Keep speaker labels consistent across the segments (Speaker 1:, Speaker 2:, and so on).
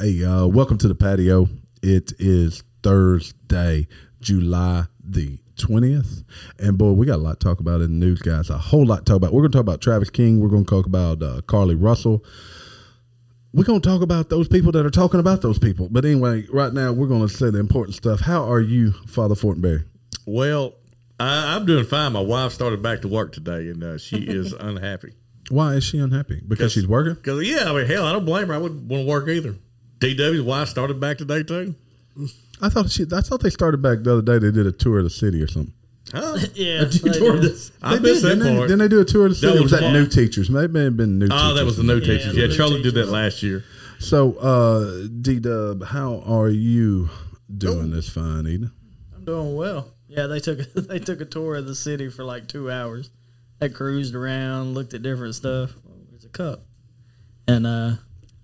Speaker 1: Hey, uh, welcome to the patio. It is Thursday, July the 20th. And boy, we got a lot to talk about in the news, guys. A whole lot to talk about. We're going to talk about Travis King. We're going to talk about uh, Carly Russell. We're going to talk about those people that are talking about those people. But anyway, right now, we're going to say the important stuff. How are you, Father Fortenberry?
Speaker 2: Well, I, I'm doing fine. My wife started back to work today, and uh, she is unhappy.
Speaker 1: Why is she unhappy? Because she's working?
Speaker 2: Because yeah, I mean, hell, I don't blame her. I wouldn't want to work either. DW's wife started back today too.
Speaker 1: I thought she. I thought they started back the other day. They did a tour of the city or something.
Speaker 2: Huh?
Speaker 3: Yeah.
Speaker 4: You
Speaker 3: they
Speaker 4: tore
Speaker 3: do.
Speaker 4: this.
Speaker 2: I
Speaker 1: They
Speaker 2: missed
Speaker 1: did,
Speaker 2: that
Speaker 1: didn't
Speaker 2: part.
Speaker 1: They, didn't they do a tour of the city?
Speaker 2: was
Speaker 1: was, that
Speaker 2: why-
Speaker 1: new teachers? Maybe it have been new
Speaker 2: Oh,
Speaker 1: teachers.
Speaker 2: that was the new teachers.
Speaker 3: Ah, the
Speaker 2: Yeah,
Speaker 3: new
Speaker 2: Charlie did that
Speaker 3: teachers.
Speaker 2: last year.
Speaker 1: So, uh, D Dub, how are you
Speaker 3: Oh.
Speaker 1: doing this fine evening?
Speaker 3: I'm doing well. Yeah, they took a, they took a tour of the city for like two hours. They cruised around, looked at different stuff. Oh, there's a cup, and uh,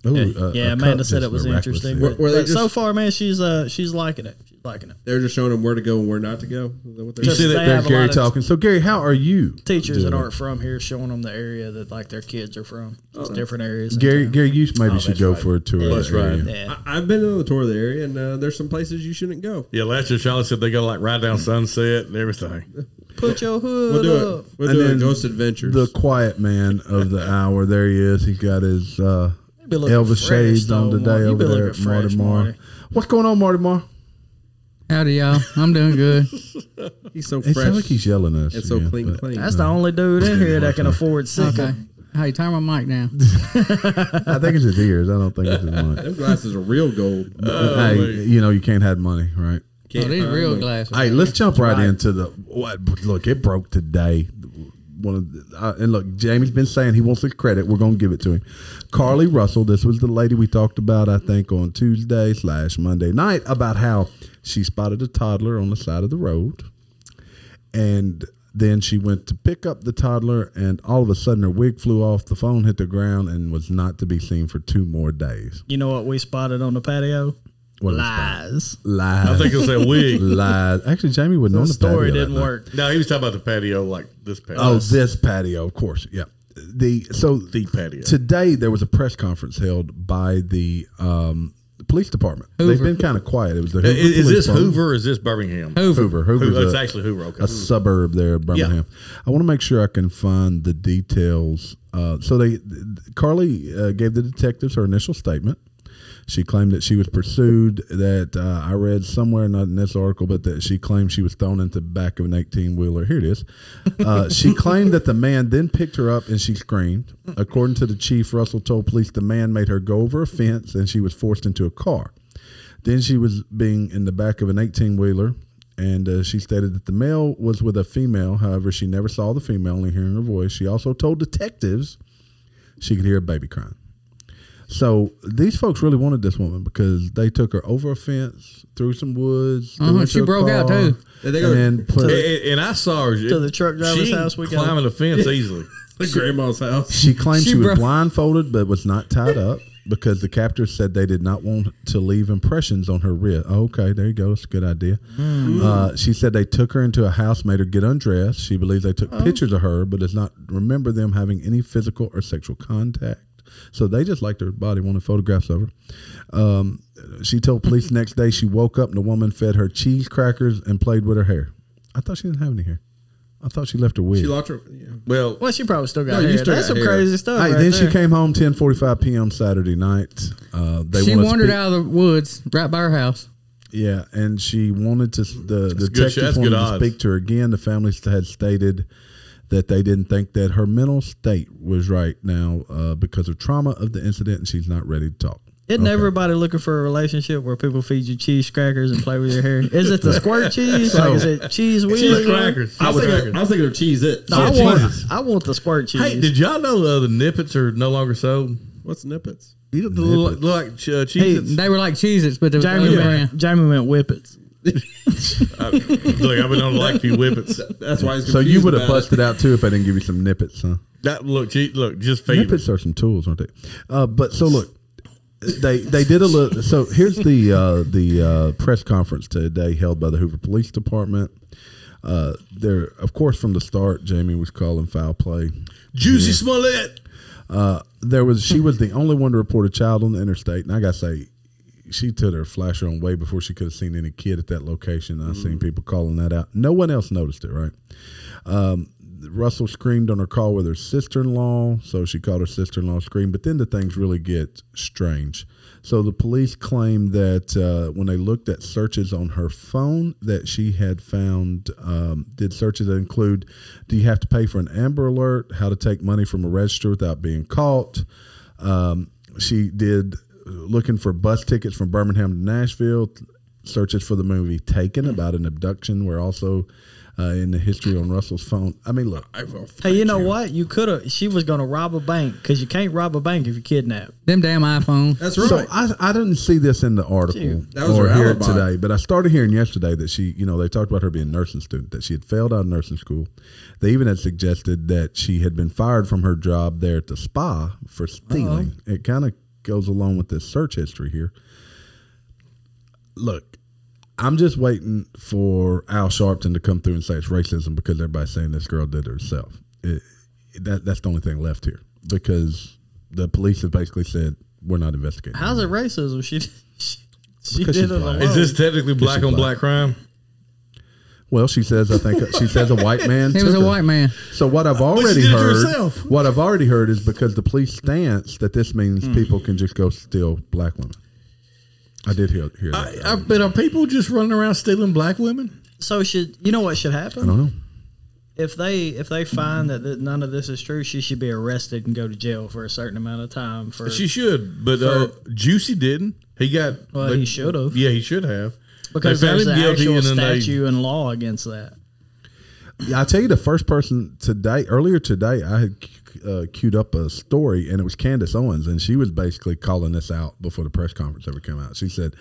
Speaker 1: Ooh,
Speaker 3: yeah,
Speaker 1: a-
Speaker 3: yeah
Speaker 1: a
Speaker 3: Amanda
Speaker 1: cup
Speaker 3: said
Speaker 1: just
Speaker 3: it was
Speaker 1: miraculously.
Speaker 3: interesting.
Speaker 4: Were- were they
Speaker 3: But so
Speaker 4: just-
Speaker 3: far, man, she's uh she's liking it. She's liking it.
Speaker 4: They're just showing them where to go and where not to go. Is that what they're
Speaker 1: You
Speaker 3: Just-
Speaker 1: see that
Speaker 3: they
Speaker 1: there's
Speaker 3: have a
Speaker 1: Gary
Speaker 3: lot of-
Speaker 1: talking. So, Gary, how are you?
Speaker 3: Teachers that
Speaker 1: doing?
Speaker 3: aren't from here showing them the area that like their kids are from. Just different areas. in
Speaker 1: Gary,
Speaker 3: town.
Speaker 1: Gary, you maybe
Speaker 2: Oh,
Speaker 1: should
Speaker 2: that's
Speaker 1: go
Speaker 2: right.
Speaker 1: for a tour. of
Speaker 2: That's
Speaker 1: the area.
Speaker 2: right.
Speaker 3: yeah.
Speaker 4: I, I've been on the tour of the area, and uh, there's some places you shouldn't go.
Speaker 2: Yeah, last year Charlie said they go like right down Sunset and everything.
Speaker 3: Put your hood
Speaker 4: We'll do
Speaker 3: up.
Speaker 4: it. We'll
Speaker 1: And
Speaker 4: do
Speaker 1: then
Speaker 4: it. Ghost Adventures.
Speaker 1: The quiet man of the hour. There he is. He's got his uh,
Speaker 3: be looking
Speaker 1: Elvis
Speaker 3: fresh,
Speaker 1: shades on
Speaker 3: though,
Speaker 1: today
Speaker 3: Marty. You
Speaker 1: over
Speaker 3: be
Speaker 1: there
Speaker 3: looking
Speaker 1: at Marty
Speaker 3: fresh,
Speaker 1: Mar.
Speaker 3: Marty.
Speaker 1: What's going on, Marty Mar?
Speaker 5: Howdy, y'all. I'm doing good.
Speaker 4: he's so
Speaker 1: It
Speaker 4: fresh
Speaker 1: sounds like he's yelling at us.
Speaker 4: and so
Speaker 1: again,
Speaker 4: clean,
Speaker 1: but-
Speaker 4: clean.
Speaker 3: That's the only dude in here that can afford sick.
Speaker 5: Okay. Hey, turn my mic down.
Speaker 1: I think it's his ears. I don't think it's his mic.
Speaker 4: Them glasses are real gold.
Speaker 1: hey, you know you can't hide money, right?
Speaker 5: Oh, these
Speaker 4: find
Speaker 5: real
Speaker 4: them.
Speaker 5: glasses.
Speaker 1: Hey, let's jump right, into the what. Look, it broke today. One of the, uh, and look, Jamie's been saying he wants his credit. We're gonna give it to him. Carly Russell. This was the lady we talked about, I think, on Tuesday slash Monday night about how she spotted a toddler on the side of the road, and then she went to pick up the toddler, and all of a sudden her wig flew off. The phone hit the ground and was not to be seen for two more days.
Speaker 3: You know what we spotted on the patio?
Speaker 1: What
Speaker 3: Lies.
Speaker 1: Lies.
Speaker 2: I think it's that wig.
Speaker 1: lies. Actually, Jamie wasn't on
Speaker 3: The
Speaker 1: the
Speaker 3: story
Speaker 1: patio that
Speaker 3: didn't
Speaker 1: night.
Speaker 3: work.
Speaker 2: No, he was talking about the patio, like this patio.
Speaker 1: Oh, this patio, of course. Yeah. The so
Speaker 2: the patio.
Speaker 1: today there was a press conference held by the um, police department. They've
Speaker 5: Hoover.
Speaker 1: been kind of quiet. It was the
Speaker 2: I-
Speaker 1: Hoover
Speaker 2: is,
Speaker 1: Police
Speaker 2: this
Speaker 1: Department.
Speaker 2: Hoover or is this Birmingham?
Speaker 5: Hoover.
Speaker 1: Hoover. Hoover's
Speaker 2: Hoover. It's
Speaker 1: a-
Speaker 2: actually Hoover. Okay.
Speaker 1: a suburb there of Birmingham. I want to make sure I can find the details. Uh, so they, Carly uh, gave the detectives her initial statement. She claimed that she was pursued. That uh, I read somewhere, not in this article, but that she claimed she was thrown into the back of an eighteen wheeler. Here it is. Uh, she claimed that the man then picked her up and she screamed. According to the chief, Russell told police the man made her go over a fence and she was forced into a car. Then she was being in the back of an 18 wheeler, and uh, she stated that the male was with a female. However, she never saw the female, only hearing her voice. She also told detectives she could hear a baby crying. So these folks really wanted this woman because they took her over a fence, through some woods. threw
Speaker 5: Uh-huh,
Speaker 1: her
Speaker 5: she
Speaker 1: to a
Speaker 5: broke out,
Speaker 1: car,
Speaker 5: too.
Speaker 4: And they go-
Speaker 1: and then put,
Speaker 2: and, and I saw her
Speaker 3: To the truck driver's
Speaker 2: she
Speaker 3: house we got.
Speaker 2: climbing the fence easily.
Speaker 4: The grandma's house.
Speaker 1: She claimed she,
Speaker 5: She
Speaker 1: was
Speaker 5: broke-
Speaker 1: blindfolded but was not tied up because the captors said they did not want to leave impressions on her wrist. Oh, Okay, there you go. That's a good idea. Uh, she said they took her into a house, made her get undressed. She believes they took pictures of her but does not remember them having any physical or sexual contact. So they just liked her body, wanted photographs of her. Um, she told police the next day she woke up and the woman fed her cheese crackers and played with her hair. I thought she didn't have any hair. I thought she left her wig.
Speaker 4: She locked her. Yeah.
Speaker 2: Well,
Speaker 3: Well, she probably still got
Speaker 4: No, you
Speaker 3: hair.
Speaker 4: still
Speaker 3: That's
Speaker 4: got
Speaker 3: some
Speaker 4: hair.
Speaker 3: crazy stuff.
Speaker 1: Hey,
Speaker 3: right
Speaker 1: then she
Speaker 3: there.
Speaker 1: came home 10:45 p.m. Saturday night. Uh, they
Speaker 5: she
Speaker 1: wanted to
Speaker 5: wandered
Speaker 1: speak-
Speaker 5: out of the woods right by her house.
Speaker 1: Yeah, and she wanted to. The, the
Speaker 2: good shit.
Speaker 1: detectives
Speaker 2: That's
Speaker 1: wanted
Speaker 2: good
Speaker 1: to
Speaker 2: odds.
Speaker 1: speak to her again. The family had stated that they didn't think that her mental state was right now uh, because of trauma of the incident, and she's not ready to talk.
Speaker 3: Isn't everybody looking for a relationship where people feed you cheese crackers and play with your hair? Is it the squirt cheese? Like, is it cheese wheels?
Speaker 2: cheese crackers.
Speaker 4: I, was
Speaker 2: Cheese
Speaker 4: thinking, I was thinking of cheese. It.
Speaker 3: No, I,
Speaker 2: Yeah,
Speaker 3: want,
Speaker 2: cheese.
Speaker 3: I want the squirt cheese.
Speaker 2: Hey, did y'all know uh, the nippets are no longer sold?
Speaker 4: What's nippets?
Speaker 2: You know, the little, like uh, cheese.
Speaker 5: They were like Cheez-Its, but they was
Speaker 3: Jamie,
Speaker 5: other way
Speaker 3: meant,
Speaker 5: around.
Speaker 3: Jamie meant whippets.
Speaker 2: Look, I've been on like a few whippets.
Speaker 4: That's why he's
Speaker 1: So you
Speaker 4: confused
Speaker 1: would have
Speaker 4: about it.
Speaker 1: busted out too if I didn't give you some nippets, huh?
Speaker 2: That look, che- look, just feed them.
Speaker 1: Nippets are some tools, aren't they? Uh, but so look, they they did a little. So here's the uh, the uh, press conference today held by the Hoover Police Department. Uh, there, of course, from the start, Jamie was calling foul play. Uh,
Speaker 2: Juicy Smollett.
Speaker 1: There was she was the only one to report a child on the interstate, and I gotta say, she took her flasher on way before she could have seen any kid at that location. I seen people calling that out. No one else noticed it, right? Russell screamed on her call with her sister in law, so she called her sister in law scream. But then the things really get strange. So the police claim that uh, when they looked at searches on her phone, that she had found um, did searches that include: Do you have to pay for an Amber Alert? How to take money from a register without being caught? Um, she did uh, looking for bus tickets from Birmingham to Nashville. Searches for the movie Taken about an abduction were also uh, in the history on Russell's phone. I mean, look,
Speaker 4: I will.
Speaker 3: Hey, you know what? You could have. She was gonna rob a bank because you can't rob a bank if you kidnap.
Speaker 5: Them damn iPhones.
Speaker 4: That's right.
Speaker 1: So I, I didn't see this in the article
Speaker 3: Gee,
Speaker 4: that was
Speaker 1: or
Speaker 4: her
Speaker 1: hear it
Speaker 4: alibi.
Speaker 1: today, but I started hearing yesterday that she, you know, they talked about her being a nursing student, that she had failed out of nursing school. They even had suggested that she had been fired from her job there at the spa for stealing.
Speaker 4: Uh-huh.
Speaker 1: It kind of goes along with this search history here. Look, I'm just waiting for Al Sharpton to come through and say it's racism because everybody's saying this girl did it herself. It, that, that's the only thing left here because the police have basically said we're not investigating.
Speaker 3: How's it racism? She she, she
Speaker 1: Because
Speaker 3: did
Speaker 1: she's
Speaker 3: it alone.
Speaker 1: black.
Speaker 2: Is this technically black
Speaker 1: she
Speaker 2: on
Speaker 1: black.
Speaker 2: black crime?
Speaker 1: Well, she says I think she says a white man.
Speaker 5: It was
Speaker 1: took
Speaker 5: a
Speaker 1: her.
Speaker 5: white man.
Speaker 1: So what I've
Speaker 2: she
Speaker 1: already
Speaker 2: did it to
Speaker 1: heard,
Speaker 2: herself.
Speaker 1: what I've already heard is because the police stance that this means
Speaker 2: Hmm.
Speaker 1: people can just go steal black women. I did hear hear that.
Speaker 2: I, I, but are people just running around stealing black women?
Speaker 3: So should you know what should happen?
Speaker 1: I don't know.
Speaker 3: if they if they find that th- none of this is true, she should be arrested and go to jail for a certain amount of time. For
Speaker 2: She should, but uh, Juicy didn't. He got.
Speaker 3: Well, he should've.
Speaker 2: Yeah, he should have.
Speaker 3: because
Speaker 2: They found
Speaker 3: there's
Speaker 2: him
Speaker 3: an
Speaker 2: guilty
Speaker 3: actual
Speaker 2: and then they-
Speaker 3: statute and law against that.
Speaker 1: Yeah, I tell you, the first person today, earlier today, I had uh, queued up a story, and it was Candace Owens, and she was basically calling this out before the press conference ever came out. She said,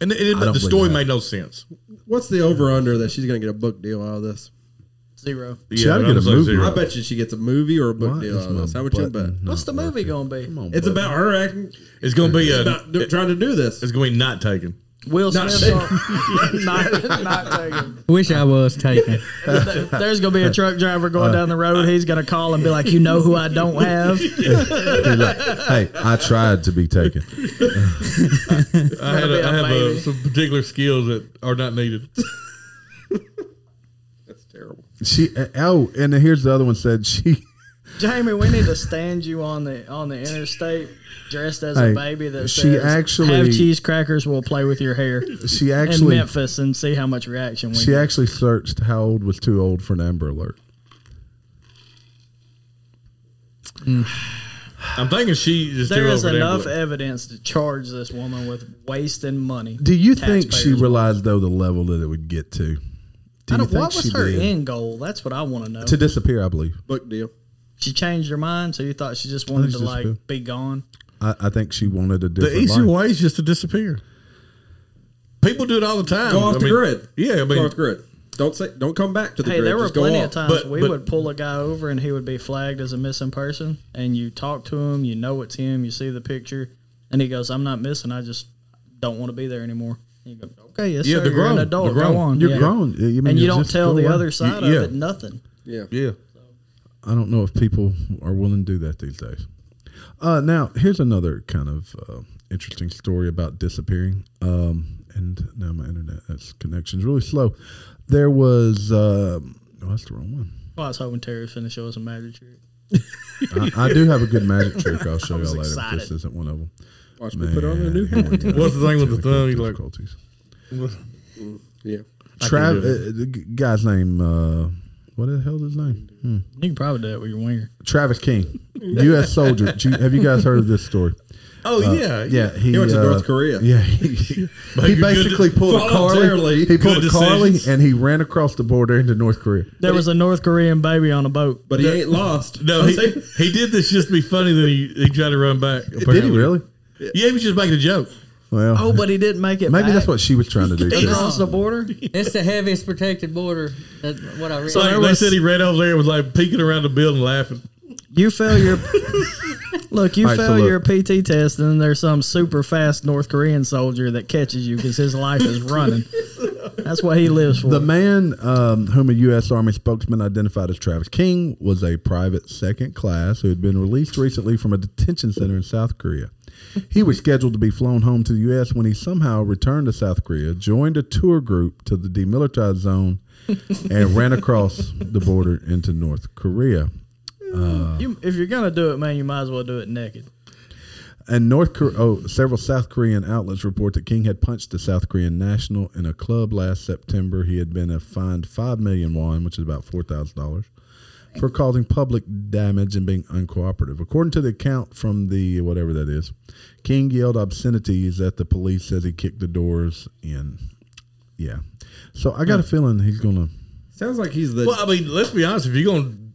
Speaker 2: And it, it-
Speaker 1: I don't
Speaker 2: the
Speaker 1: believe
Speaker 2: story
Speaker 1: that.
Speaker 2: made no sense.
Speaker 4: What's the over under that she's going to get a book deal out of this?
Speaker 3: Zero.
Speaker 1: She oughta
Speaker 2: that
Speaker 1: get a
Speaker 2: was
Speaker 1: movie.
Speaker 4: I
Speaker 2: zero.
Speaker 4: bet you she gets a movie or a book
Speaker 1: Why
Speaker 4: deal
Speaker 1: is
Speaker 2: uh,
Speaker 4: out of
Speaker 1: my
Speaker 4: this. How would you bet?
Speaker 1: button
Speaker 3: What's the movie gonna be?
Speaker 1: "Come on,
Speaker 4: It's
Speaker 1: bud."
Speaker 4: about her acting,
Speaker 2: It's going to be a.
Speaker 4: about do, trying to do this.
Speaker 2: It's going to be not taken.
Speaker 3: Will
Speaker 4: Not
Speaker 3: Smith. song- not, not taken.
Speaker 5: Wish I was taken.
Speaker 3: There's gonna be a truck driver going down the road. He's gonna call and be like, "You know who I don't have."
Speaker 1: Hey, I tried to be taken.
Speaker 2: I have,
Speaker 3: be
Speaker 2: a,
Speaker 3: a
Speaker 2: I have a,
Speaker 3: baby.
Speaker 2: some particular skills that are not needed.
Speaker 4: That's terrible.
Speaker 1: She oh, and then here's the other one said she.
Speaker 3: Jamie, we need to stand you on the on the interstate dressed as
Speaker 1: Hey,
Speaker 3: a baby that
Speaker 1: she
Speaker 3: says,
Speaker 1: actually-
Speaker 3: have cheese crackers. We'll play with your hair
Speaker 1: She
Speaker 3: in
Speaker 1: actually
Speaker 3: Memphis and see how much reaction we
Speaker 1: she
Speaker 3: get.
Speaker 1: actually searched how old was too old for an Amber Alert.
Speaker 2: I'm thinking she just
Speaker 3: There
Speaker 2: threw
Speaker 3: is
Speaker 2: over the
Speaker 3: enough
Speaker 2: envelope.
Speaker 3: evidence to charge this woman with wasting money.
Speaker 1: Do you think she
Speaker 3: Taxpayers.
Speaker 1: realized though the level that it would get to? Do
Speaker 3: I
Speaker 1: you
Speaker 3: don't,
Speaker 1: think
Speaker 3: what was
Speaker 1: she
Speaker 3: her
Speaker 1: did?
Speaker 3: end goal? That's what I want to know.
Speaker 1: to disappear? I believe.
Speaker 4: Book deal.
Speaker 3: she changed her mind, so you thought she just wanted
Speaker 1: Let's
Speaker 3: to
Speaker 1: just
Speaker 3: like
Speaker 1: go.
Speaker 3: be gone.
Speaker 1: I, I think she wanted a different
Speaker 2: The easy
Speaker 1: life.
Speaker 2: way is just to disappear. People do it all the time.
Speaker 4: Go off
Speaker 2: I
Speaker 4: the
Speaker 2: mean-
Speaker 4: grid.
Speaker 2: Yeah, I mean,
Speaker 4: go off the grid. Don't say. Don't come back to the
Speaker 3: Hey,
Speaker 4: grid.
Speaker 3: there were
Speaker 4: Just go
Speaker 3: plenty
Speaker 4: off.
Speaker 3: of times
Speaker 2: But-
Speaker 3: we
Speaker 2: but-
Speaker 3: would pull a guy over and he would be flagged as a missing person, and you talk to him, you know it's him, you see the picture, and he goes, "I'm not missing. I just don't want to be there anymore." You go, "Okay, yes,
Speaker 2: Yeah,
Speaker 3: sir.
Speaker 2: they're
Speaker 3: You're an
Speaker 2: grown.
Speaker 3: adult.
Speaker 2: They're grown.
Speaker 3: Go on.
Speaker 1: You're
Speaker 3: Yeah.
Speaker 1: grown, I mean,
Speaker 3: and you
Speaker 1: you
Speaker 3: don't
Speaker 1: just
Speaker 3: tell
Speaker 1: go
Speaker 3: the
Speaker 1: away.
Speaker 3: other side
Speaker 2: yeah.
Speaker 3: of it nothing."
Speaker 4: Yeah.
Speaker 2: yeah.
Speaker 1: I don't know if people are willing to do that these days. Uh, now, here's another kind of uh, interesting story about disappearing. Um, and now my internet that's connection's really slow. There was um oh, that's the wrong one.
Speaker 3: Well, I was hoping Terry was finna show us a magic trick.
Speaker 1: I, I do have a good magic trick. I'll show
Speaker 3: I was
Speaker 1: y'all later.
Speaker 3: excited.
Speaker 1: If this isn't one of them.
Speaker 4: Watch me put on a new.
Speaker 1: Man, here we go.
Speaker 2: What's the thing with the
Speaker 1: Technical
Speaker 2: thumb? You like-
Speaker 1: difficulties.
Speaker 4: Yeah.
Speaker 1: Trav, uh, the g- guy's name. Uh, what the hell's his name? Hmm.
Speaker 3: You can probably do it with your winger.
Speaker 1: Travis King, U.S. soldier. Do you- Have you guys heard of this story?
Speaker 2: Oh
Speaker 4: Uh,
Speaker 2: yeah,
Speaker 1: Yeah, he,
Speaker 4: went to
Speaker 1: uh,
Speaker 4: North Korea.
Speaker 1: Yeah, he,
Speaker 2: Like
Speaker 1: he
Speaker 2: a good-
Speaker 1: basically pulled a Carly.
Speaker 4: voluntarily
Speaker 1: He pulled
Speaker 2: good
Speaker 1: a Carly
Speaker 2: decisions.
Speaker 1: and he ran across the border into North Korea.
Speaker 3: There was a North Korean baby on a boat.
Speaker 4: But he ain't lost.
Speaker 2: No,
Speaker 4: I'm
Speaker 2: he,
Speaker 4: saying-
Speaker 2: he did this just to be funny. Then he, he tried to run back.
Speaker 1: Did he
Speaker 2: apparently.
Speaker 1: really?
Speaker 2: Yeah, he was just making a joke.
Speaker 1: Well,
Speaker 3: Oh, but he didn't make it.
Speaker 1: maybe
Speaker 3: back.
Speaker 1: that's what she was trying to do.
Speaker 3: he
Speaker 1: too.
Speaker 3: crossed the border.
Speaker 5: It's the heaviest protected border. That's what I read.
Speaker 3: So-
Speaker 2: Like,
Speaker 3: there
Speaker 2: they
Speaker 3: was-
Speaker 2: said he ran over there and was like peeking around the building laughing.
Speaker 3: You fail your look. You
Speaker 1: All right, so
Speaker 3: fail
Speaker 1: look.
Speaker 3: your PT test, and there's some super fast North Korean soldier that catches you because his life is running. That's what he lives for.
Speaker 1: The man um, whom a U.S. Army spokesman identified as Travis King was a private second class who had been released recently from a detention center in South Korea. He was scheduled to be flown home to the U.S. when he somehow returned to South Korea, joined a tour group to the demilitarized zone, and ran across the border into North Korea.
Speaker 3: you, if you're gonna do it, man, you might as well do it naked.
Speaker 1: And North Korea, oh, several South Korean outlets report that King had punched a South Korean national in a club last September. He had been fined five million won, which is about four thousand dollars, for causing public damage and being uncooperative. According to the account from the whatever that is, King yelled obscenities at the police as he kicked the doors in. Yeah, so I got a feeling he's gonna.
Speaker 4: Sounds like he's the.
Speaker 2: Well, I mean, let's be honest. If you're going, to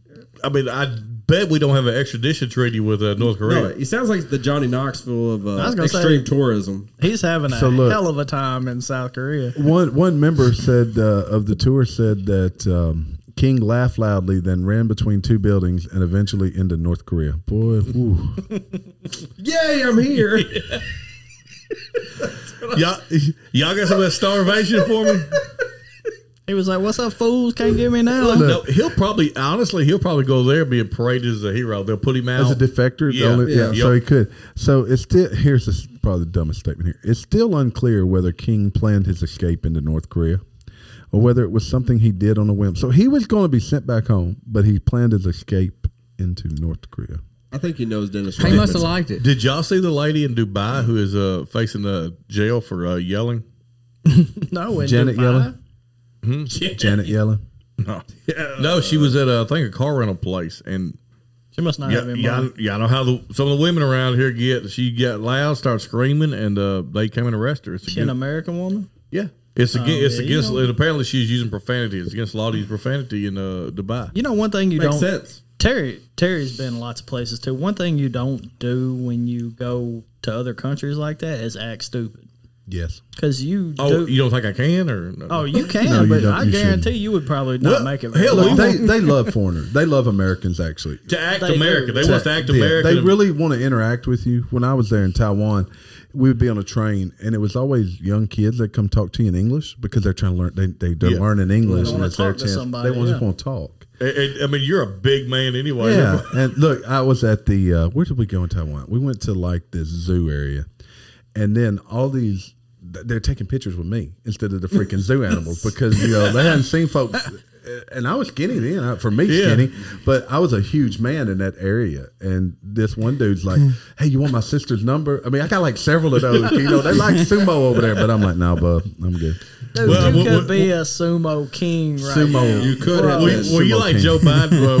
Speaker 2: I mean, I bet we don't have an extradition treaty with uh, North
Speaker 4: no,
Speaker 2: Korea.
Speaker 4: he sounds like the Johnny Knoxville of
Speaker 3: I was
Speaker 4: uh,
Speaker 3: gonna say-
Speaker 4: extreme tourism.
Speaker 3: He's having a
Speaker 1: So look-
Speaker 3: hell of a time in South Korea.
Speaker 1: One one member said uh, of the tour said that um, King laughed loudly, then ran between two buildings and eventually into North Korea. Boy, whew.
Speaker 4: Yay, I'm here.
Speaker 2: Y'all, y'all got some of that starvation for me?
Speaker 3: He was like, "What's up, fools? Can't get me now."
Speaker 2: No, he'll probably, honestly, he'll probably go there being paraded as a hero. They'll put him out.
Speaker 1: as a defector,
Speaker 2: Yeah,
Speaker 1: the only, yeah,
Speaker 2: yeah.
Speaker 1: So he
Speaker 2: Yep.
Speaker 1: could. So it's still here's this, probably the dumbest statement here. It's still unclear whether King planned his escape into North Korea. Or whether it was something he did on a whim. So he was going to be sent back home, but he planned his escape into North Korea.
Speaker 4: I think he knows Dennis.
Speaker 5: He
Speaker 4: Rodman.
Speaker 5: must have liked it.
Speaker 2: Did y'all see the lady in Dubai who is uh, facing uh, jail for uh, yelling?
Speaker 3: No, in
Speaker 1: Janet
Speaker 3: Dubai.
Speaker 1: Janet Yellen.
Speaker 2: No, no, she was at uh, I think a car rental place, and
Speaker 3: She must not
Speaker 2: yeah,
Speaker 3: have been.
Speaker 2: yeah, yeah, I know how the, some of the women around here get. She got loud, started screaming, and uh, they came and arrested her. It's
Speaker 3: She an
Speaker 2: against,
Speaker 3: American woman.
Speaker 2: yeah, it's against. it's
Speaker 3: Oh, yeah, you
Speaker 2: against.
Speaker 3: know.
Speaker 2: And apparently, she's using profanity. It's against the law to use profanity in uh, Dubai.
Speaker 3: You know, one thing you don't.
Speaker 4: Makes sense.
Speaker 3: Terry Terry's been lots of places too. One thing you don't do when you go to other countries like that is act stupid
Speaker 1: Yes.
Speaker 3: because you
Speaker 2: Oh,
Speaker 3: do.
Speaker 2: you don't think I can or? No?
Speaker 3: Oh, you can,
Speaker 1: No, you
Speaker 3: but
Speaker 1: don't.
Speaker 3: I
Speaker 1: You
Speaker 3: guarantee
Speaker 1: shouldn't.
Speaker 3: you would probably not
Speaker 2: Well,
Speaker 3: make it.
Speaker 2: hell,
Speaker 3: very
Speaker 2: we
Speaker 3: long.
Speaker 1: They, they love foreigners. They love Americans, actually.
Speaker 2: to act
Speaker 3: They
Speaker 2: American.
Speaker 3: do.
Speaker 2: They want to act
Speaker 1: Yeah,
Speaker 2: American.
Speaker 1: They really want to interact with you. When I was there in Taiwan, we would be on a train, and it was always young kids that come talk to you in English because they're trying to learn. They they they're
Speaker 2: Yeah.
Speaker 1: learning English,
Speaker 3: They
Speaker 1: and
Speaker 3: wanna
Speaker 1: it's their
Speaker 3: talk to
Speaker 1: chance.
Speaker 3: somebody,
Speaker 1: they want just
Speaker 3: yeah.
Speaker 1: want to talk.
Speaker 2: And- and- I mean, you're a big man anyway.
Speaker 1: Yeah, and look, I was at the uh, where did we go in Taiwan? We went to like this zoo area, and then all these th- they're taking pictures with me instead of the freaking zoo animals because you know they hadn't seen folks. uh, And I was skinny then, I- for me
Speaker 2: Yeah.
Speaker 1: skinny, but I was a huge man in that area. And this one dude's like, "Hey, you want my sister's number?" I mean, I got like several of those. You know, they like sumo over there, but I'm like, "No, bub, I'm good."
Speaker 3: Dude,
Speaker 2: Well,
Speaker 3: you
Speaker 2: what-
Speaker 3: could
Speaker 2: what-
Speaker 3: be a sumo king right now.
Speaker 1: Sumo,
Speaker 4: You could have
Speaker 2: Well,
Speaker 4: been.
Speaker 2: you- well, you
Speaker 1: Sumo
Speaker 2: like
Speaker 1: king.
Speaker 2: Joe Biden,